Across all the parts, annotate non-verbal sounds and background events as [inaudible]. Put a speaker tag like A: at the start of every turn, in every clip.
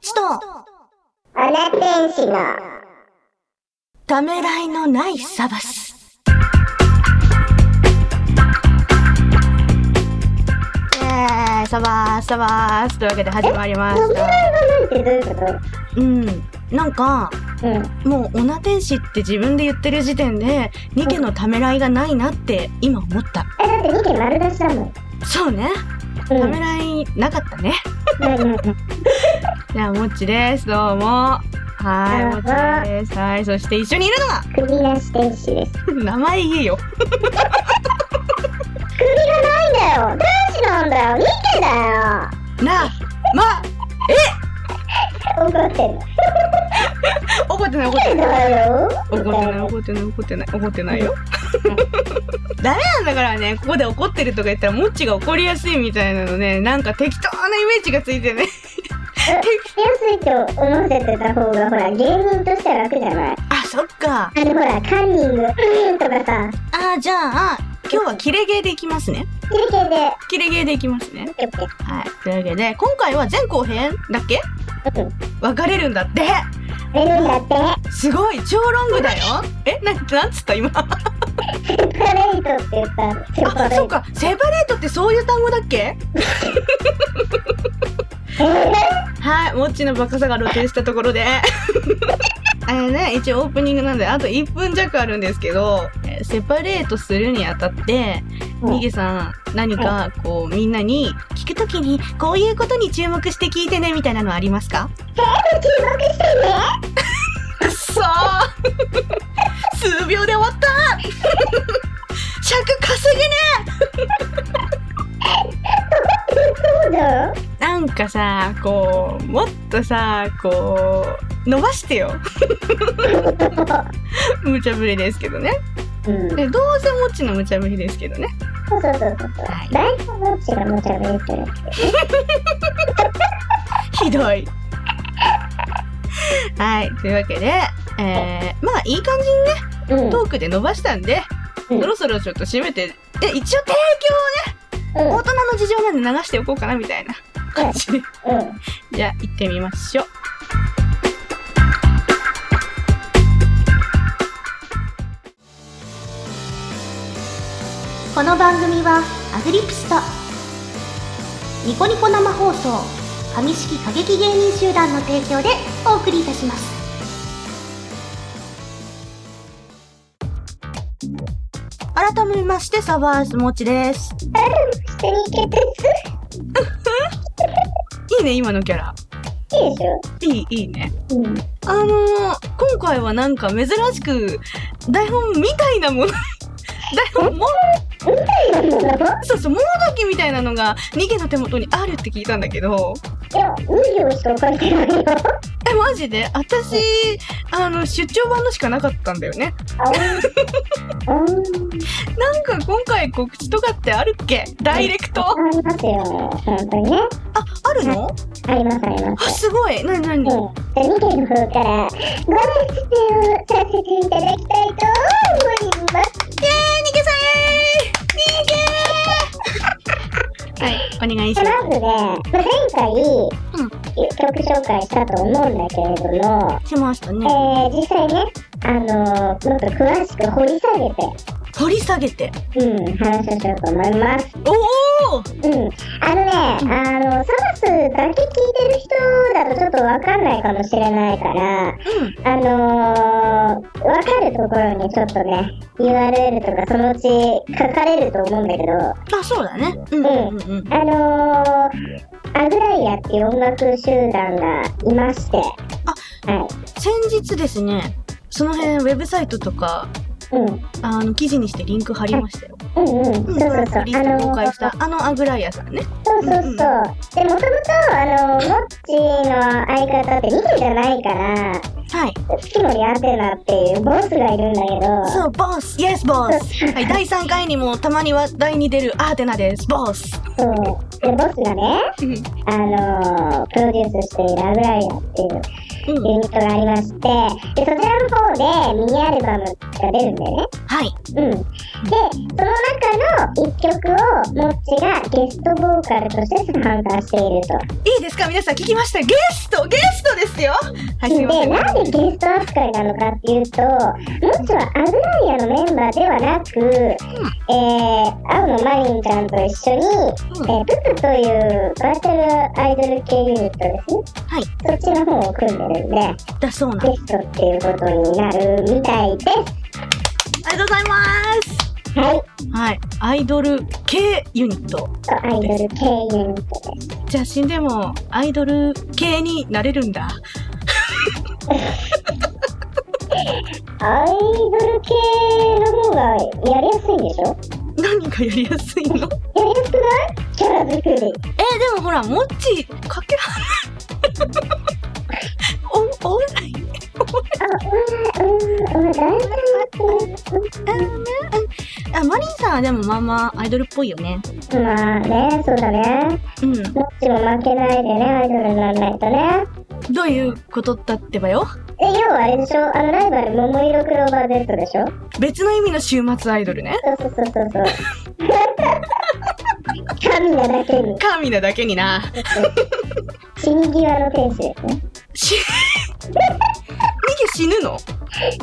A: 使と、
B: 女天使の
A: ためらいのないサバス。イェーイサバース、サバース。というわけで始まりま
B: 扉
A: し
B: が
A: た。
B: ないってどういうこ
A: うん。なんか、
B: とうん
A: もう、女天使って自分で言ってる時点で、ニケのためらいがないなって今思った。
B: えだって2件丸出しだもんうん
A: そうね。ためらいなかったね。
B: ないないない
A: じゃあ、もっちです。どうも。はい、もっちです。はい、そして一緒にいるのが、
B: 首なし天使です
A: 名前言えよ。
B: 首がないんだよ天使なんだよ2件だ
A: なあ、まあ、
B: よ怒ってんの
A: 怒ってない怒っ
B: 2
A: て
B: 件
A: ない。
B: だよ
A: 怒ってない
B: み
A: 怒ってない怒ってない怒ってないよ。 [laughs] ダメなんだからね、ここで怒ってるとか言ったら、もっちが怒りやすいみたいなのね、なんか適当なイメージがついてね。
B: たいなうん安いと思わせてた方がほら芸人としては楽じゃない
A: あ、そっか。
B: あのほらカンニングうんとかさ
A: あ、じゃあ、今日はキレゲーでいきますね。
B: キレ系で
A: キレゲーでいきますね。
B: オッケーオッ
A: はい。というわけで、今回は前後編だっけ
B: ケーうん
A: 分かれるんだって
B: 出るんだって
A: すごい超ロングだよえ、なん、なんつった今あ、
B: セパレートって言ったセパレ
A: そっ
B: ート
A: か、セパレートってそういう単語だっけ
B: えー
A: はい、もっちのバカさが露呈したところで。 [laughs] あれね、一応オープニングなんで、あと1分弱あるんですけど、えーセパレートするにあたって、
B: うん
A: ニゲさん、何か、こう、みんなに、聞くときに、こういうことに注目して聞いてね、みたいなのありますか
B: 注目してね
A: くっそ [laughs] ー数秒で終わった [laughs] 尺稼げね
B: そうだよ
A: なんかさ、こう、もっとさ、こう、伸ばしてよ。 [laughs] 無茶ぶりですけどね。
B: うん
A: で、どうせもっちの無茶ぶりですけどね。
B: そうそうそうそうそう
A: はい
B: 大根どっちが無茶ぶりする
A: ひどい。はい、というわけで、えー、まあいい感じに
B: うん
A: トークで伸ばしたんで、
B: うん
A: そろそろちょっと締めて、で、一応提
B: うん
A: 供、大人の事情なんで流しておこうかなみたいな感じで。
B: うん
A: じゃあ行ってみましょう。
C: この番組はアグリプスとニコニコ生放送上式過激芸人集団の提供でお送りいたします
A: 改めまして、サバースもちです。
B: 下に行けて
A: いいね、今のキャラ。
B: いいでしょ
A: いい、いいね。
B: うん
A: あのー、今回はなんか珍しく、台本みたいな [laughs] もの、台本も、
B: みたいなもの
A: そうそう、もどきみたいなのが、ニケの手元にあるって聞いたんだけど、
B: いや無料しか書いてないよ
A: え、マジで私、あの、出張版のしかなかったんだよね。
B: あうんうん
A: なんか今回告知とかってあるっけダイレクトあ、
B: ありますよ本当にね
A: あるの
B: ありますありま
A: あ、
B: す
A: すごい。なにな
B: うんじ
A: に
B: ゃあ2件の方からご説明をさせていただきたいと思います
A: イエーイニケさんイエーイニケーはい、お願いしま
B: まずね、まあ、前回、
A: ん
B: 曲紹介したと思うんだけれども、
A: す。しました
B: え
A: ね。
B: ー、実際ね、あのーもっと詳しく掘り下げ
A: 掘り下げて。
B: て、うん、話をしようと思います。
A: おお
B: うん、あのね、あの、サバスだけ聞いてる人だとちょっとわかんないかもしれないから、
A: うん。
B: あのー、わかるところにちょっとね、URL とかそのうち書かれると思うんだけど、
A: あ、そうだね。うんうんうんうん。
B: あのー、アグライアっていう音楽集団がいまして、は
A: 先日ですね、その辺ウェブサイトとか、
B: い、うん、
A: あの、記事にしてリンク貼りましたよ。
B: うんうん、
A: うん、
B: そう
A: これ
B: そうそう、
A: フリーで公
B: ー
A: 開した、あのアグライアさんね。
B: そうそうそ
A: う
B: う、
A: んうん
B: で、もともと、あのー、モッチーの相方って2人じゃないから、
A: はい。
B: 月森アテナっていうボスがいるんだけど、
A: そう、ボスイエスボスはい、第3回にもたまに話題に出るアーテナです。ボス
B: そう、でボスがね、あのープロデュースしているアグラリアっていう
A: うん
B: ユニットがありまして、で、そちらの方でミニアルバムが出るんだよね。
C: はい。
B: うん。で、その中の一曲を、モッチがゲストボーカルとして参加していると。
A: いいですか皆さん聞きましたゲストゲストですよはいす
B: で、
A: いません
B: なんでゲスト扱いなのかっていうと、もちはアグライアのメンバーではなく、えー、青野マリンちゃんと一緒に、えー、ププというバーチャルアイドル系ユニットですね。
C: はい。
B: そっちの方を組んでるんで、
C: だそうな。あ
B: ゲストっていうことになるみたいです。
A: ありがとうございます
B: はい。
A: はいアイドル系ユニット
B: そうアイドル系ユニットです。
A: じゃあ死んでもアイドル系になれるんだ
B: アイドル系の方がやりやすいんでしょ
A: 何がやりやすいの
B: やりやすくないキャラ作り。
A: えーでもほらもっちかけら [laughs] おお
B: あ、うん、うん、うん、だいぶ
A: あマリンさんはでもまあまあアイドルっぽいよね
B: まあね、そうだね。
A: うん
B: どっちも負けないでね、アイドルにならないとね。
A: どういうことだってばよ
B: で、要はあれでしょあのライバル、桃色クローバー Z でしょ
A: 別の意味の週末アイドルね
B: そうそうそうそうそう。神なだけに、
A: 神なだけにな [laughs]
B: 死に際の天使ですね。
A: [laughs] 死人間死ぬの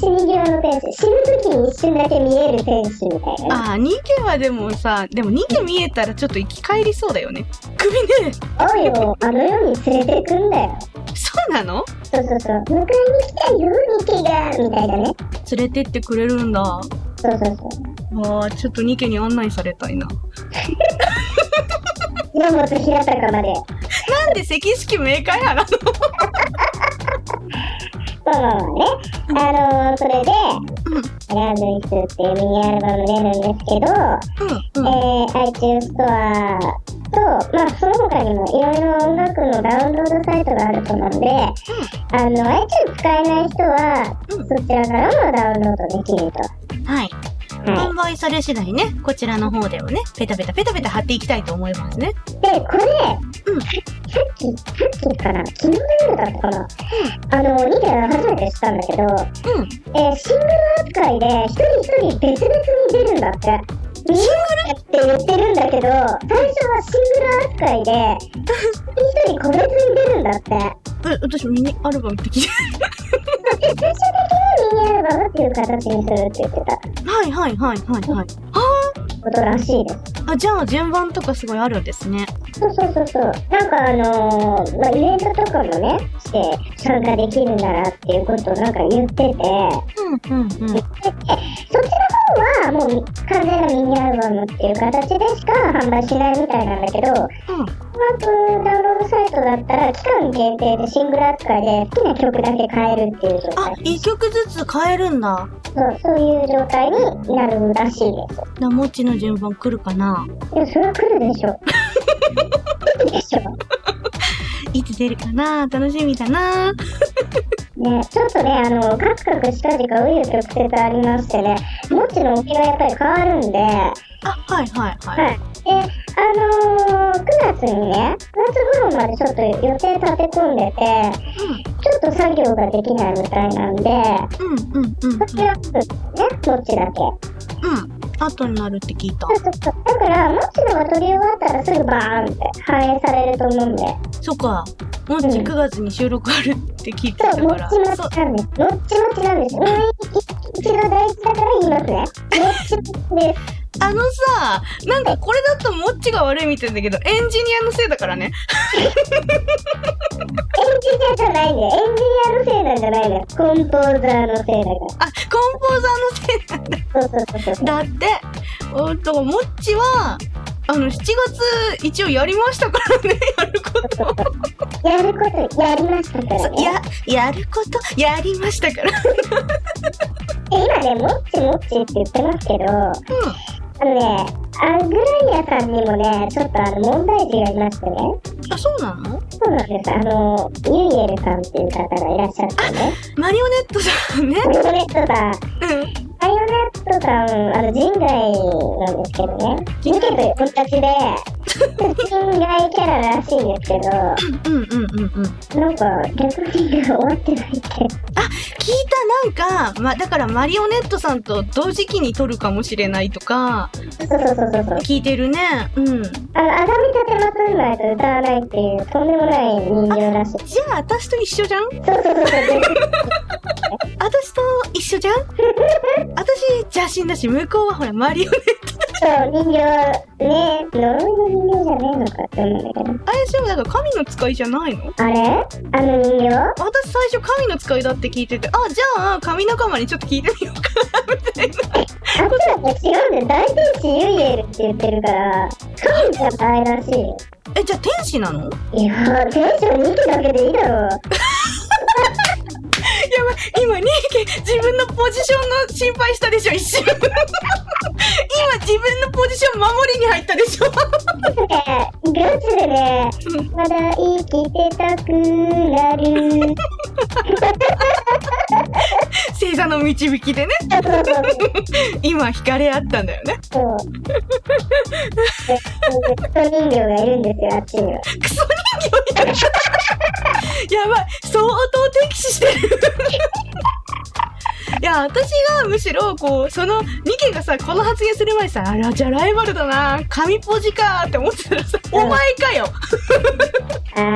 B: 死に際の天使。死ぬ時に一瞬だけ見える天使みたいなね。
A: ああ人間はでもさでも人間見えたらちょっと生き返りそうだよね首ね [laughs]
B: おいをあの世に連れてくんだよ。
A: そうなの
B: そうそうそう。迎えに来たよ、ニケがみたいなね。
A: 連れてってくれるんだわ
B: そうそうそう。
A: あちょっとニケに案内されたいな [laughs]
B: 山本平高
A: なん
B: まで。
A: で石式明快派なの
B: まあまあまあね。あのー、それで、ランドリスっていうミニアルバム出るんですけど、
A: うん
B: えー、iTunes ストアと、まあ、その他にもいろいろ音楽のダウンロードサイトがあるそうなんで、あの、iTunes 使えない人は、
C: う
B: そ
C: ん
B: ちらからもダウンロードできると。
C: はい。
B: はい。
C: 販売され次第ね、こちらの方でもね、ペタペタペタペタ貼っていきたいと思いますね。
B: で、これ、
C: うん
B: ささっき、さっきかな、昨日の夜だったかな、あの、2点初めて知ったんだけど、
C: [laughs] うん。
B: えーシングル扱いで一人一人別々に出るんだって。ミニアルバムって言ってるんだけど、最初はシングル扱いで、一人一人個別に出るんだって。
A: え私ミニアルバムって聞い
B: で、最終的にミニアルバムっていう形にするって言ってた
A: た [laughs] はいはいはいはいはい
B: ことらしいです。
A: あじゃあ順番とかすごいあるんですね
B: そうそうそうそう。なんかあのーまあ、イベントとかもね、して参加できるならっていうことをなんか言ってて、
A: うんうんうん
B: そっちの方はもう完全なミニアルバムっていう形でしか販売しないみたいなんだけど、
A: うん
B: 音楽ダウンロードサイトだったら期間限定でシングル扱いで好きな曲だけ変えるっていう状
C: あ
B: 態、
C: 一曲ずつ変えるんだ。
B: そうそういう状態になるらしいです
C: なもっちの順番来るかな
B: でもそれは来るでしょ来るでしょ
C: いつ出るかな楽しみだな
B: ね、ちょっとね、あの、カクカクしたりか、ういう曲折ありましてね、もちの動きがやっぱり変わるんで、
A: あはいはいはい
B: はい。で、あのー、9月にね、9月頃までちょっと予定立て込んでて、ちょっと作業ができないみたいなんで、
A: うんうんうん
B: それは、ね、もちだけ。
A: うん後になるって聞いた
B: そうそうそう。だから、もちのが撮り終わったらすぐバーンって反映されると思うんで、
A: そっかもっち
B: うん
A: 9月に収録あるって聞いてた
B: そう、も
A: か
B: っ
A: ら
B: ちも
A: そう
B: ちなんです。もっちもちなんです。うん、い一度大事だから言いますね。もっちもちです。
A: あのさなんかこれだともっちが悪いみたいだけどエンジニアのせいだからね
B: エンジニアじゃないんだよ。エンジニアのせいなんじゃないんだよ。コンポーザーのせいだ
A: あコンポーザーのせいなんだ
B: から。そうそうそうそう。
A: だっておっともっちはあの7月一応やりましたからねやるこ
B: そうそうそうやることやりましたから
A: と
B: ね。
A: ややることやりましたから
B: で今ね、もっちもっちって言ってますけど、あのね、アグラニアさんにもね、ちょっとあの問題児がいましてね。
A: あそうなの
B: そうなんです。あの、ユイエルさんっていう方がいらっしゃってね。
A: マリオネットさんね
B: マリオネットさん。
A: うん
B: マリオネットさん、あの、人外なんですけどね。人
A: 人
B: 外と同じで、人外キャラらしいんですけど、
A: うんうんうんうん。
B: なんか逆に終わってないって。
A: 聞いたなんか、ま、だからマリオネットさんと同時期に撮るかもしれないとか、
B: そうそうそうそうそう。
A: 聞いてるね。うん。じ
B: あの、あがみたてまくんないと歌わないっていう、とんでもない人形らしい。
A: ゃあ私と一緒じゃん
B: そうそうそうそう。
A: 私と一緒じゃん私邪神だし、向こうはほらマリオネット。
B: そう、人形、ね、呪いの人形じゃねえのかって思うんだ
A: あ
B: けど。
A: れでもだから神の使いじゃないの
B: あれあの人形
A: 私最初神の使いだって聞いてて、あ、じゃあ神仲間にちょっと聞いてみようかな、みたいな。
B: あっちは違うんだよ。大天使ユイエルって言ってるから、神じゃないらしいよ。
A: え、じゃあ天使なのやば
B: いや、天使を見てるだけでいいだろう。
A: [laughs] い、今、ニーケ、自分のポジションの心配したでしょ、一瞬。 [laughs] 今、自分のポジション守りに入ったでしょ。 [laughs]
B: ね、ガチでね、まだ生きてたくなる。
A: 星座の導きでね、 [laughs]
B: そうそうそう。
A: 今惹かれ合ったんだよね。 [laughs]
B: そう。で人形がいるんですよ、あっちには。
A: クソ人形や [laughs] やばい相当敵視してる [laughs] いや私がむしろこうそのニケがさこの発言する前にさあらじゃあライバルだな神ポジかーって思ってたらさ、
B: うん
A: お前かよ
B: あれ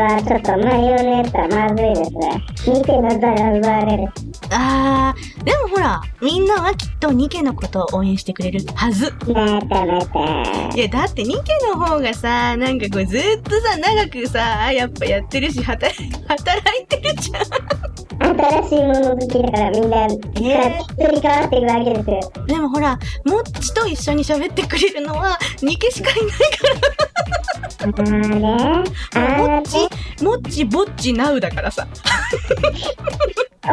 B: はちょっとマリオネットはまずいですね。見ての座が奪われる。
A: あーでもほらみんなはきっとニケのことを応援してくれるはず
B: またまた。
A: いやだってニケの方がさなんかこうずっとさ長くさやっぱやってるし働い働いてるじゃん
B: 新しいもの好きだからみんな、
A: ね
B: 移り変わっていくわけですよ。
A: でもほら、もっちと一緒に喋ってくれるのは、ニケしかいないか
B: あーね。あ
A: ら、もっ
B: ーね。
A: ち、もっち、ぼっち、ナウだからさ。
B: あ
A: あ
B: ー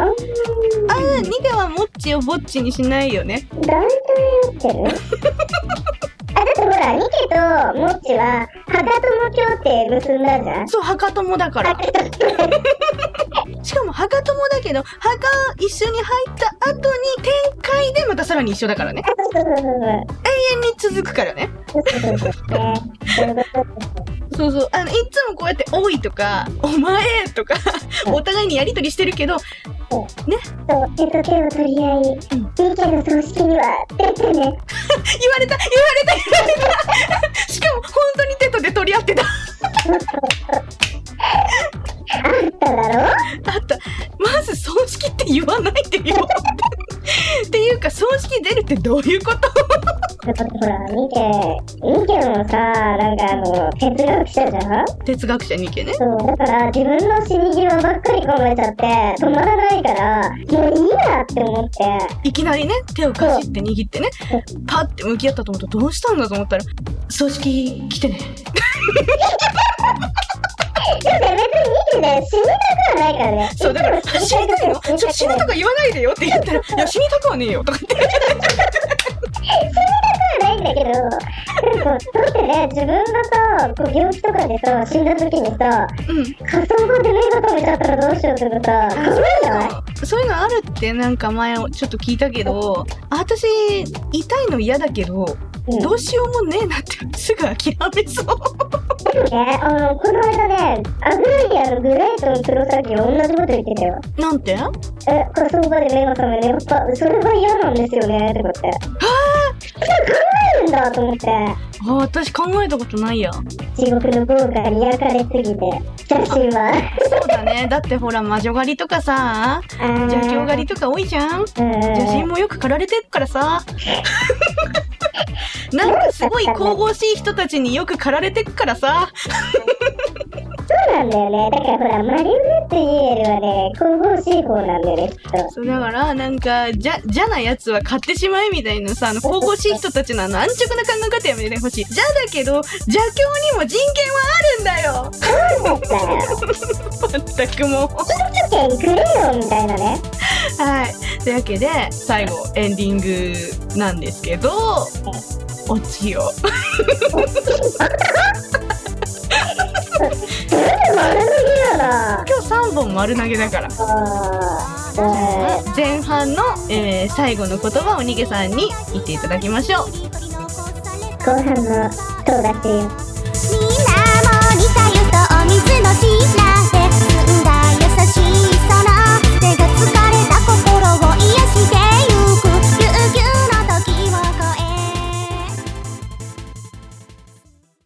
A: ー、ニケはもっちをぼっちにしないよね。
B: 大体合ってるあ、だってほら、ニケとモッチは、ハカ友協定結んだじゃん
A: そう、墓友だから。しかも墓友だけど、墓一緒に入った後に展開でまたさらに一緒だからね。
B: そうそうそうそ
A: 永
B: う。
A: 遠に続くからね。
B: そうそうそうね。そういうことです
A: そうそう。あの、いつもこうやって、おいとか、お前とか、お互いにやりとりしてるけど、
B: そう、手と手を取り合い、ニケの葬式には出て
A: 言われ
B: ね。
A: た言われた言われたしかも、本当に手と手取り合ってた。
B: あっただろ
A: あったまず葬式って言わないでよっていうか葬式出るってどういうこと
B: だってほら、ニケ、ニケのさ、なんかあの、哲学者じゃん
A: 哲学者にけね
B: そう、だから自分の死に際ばっかり考えちゃって、止まらないから、もういいなって思って、
A: いきなりね手をかじって握ってね
B: うん
A: パッて向き合ったと思ったらどうしたんだと思ったら葬式来てね
B: だって別にニケね、死にたくはないからね。
A: そうだ [laughs] から
B: いつも
A: 死にたいのちょっと死ぬと
B: は
A: か言わないでよって言ったらいや死にたくはねえよとかって
B: ないんだけど、なんか、だってね、自分がさ、こう病気とかでさ、死んだ時にさ、
A: うん
B: 仮想語で目が覚めちゃったらどうしようとかさ、考えない
A: そういうのあるってなんか前ちょっと聞いたけどあ私痛いの嫌だけど
B: うん
A: どうしようもねえなってすぐ諦めそう
B: ね、あの、この間ね、アグライアのグレートの黒崎が同じこと言ってたよ。
A: なんて
B: え、仮想場で目が覚めね、やっぱ、それは嫌なんですよね、とかって。はぁ考えるんだと思って、
A: あー私考えたことないや
B: 地獄の豪華に焼かれすぎて、写真は。
A: そうだねだってほら魔女狩りとかさ
B: あー
A: 邪教狩りとか多いじゃん
B: うんうん
A: 邪神もよく狩られてるから [laughs] さなんかすごい神々しい人たちによく狩られてくからさ
B: そうなんだよね。だからほら、マリオネットイエルはね、神々しい方なんだよね、きっと。
A: そうだからなんかじゃじゃなやつは買ってしまえみたいなさあの神々しい人たちのあの安直な考え方やめてほしいじゃだけど邪教にも人権はあるんだよ
B: そうだ [laughs] った
A: 全
B: よ。
A: くもう
B: 意見くれよ、みたいなね。
A: はい。というわけで、最後、エンディングなんですけど、オチを。
B: それで丸すぎるな。
A: 今日3本丸投げだから。
B: あーうん
A: 前半の、えー最後の言葉をにげさんに言っていただきましょう。
B: 後半の友達よ。
C: つなし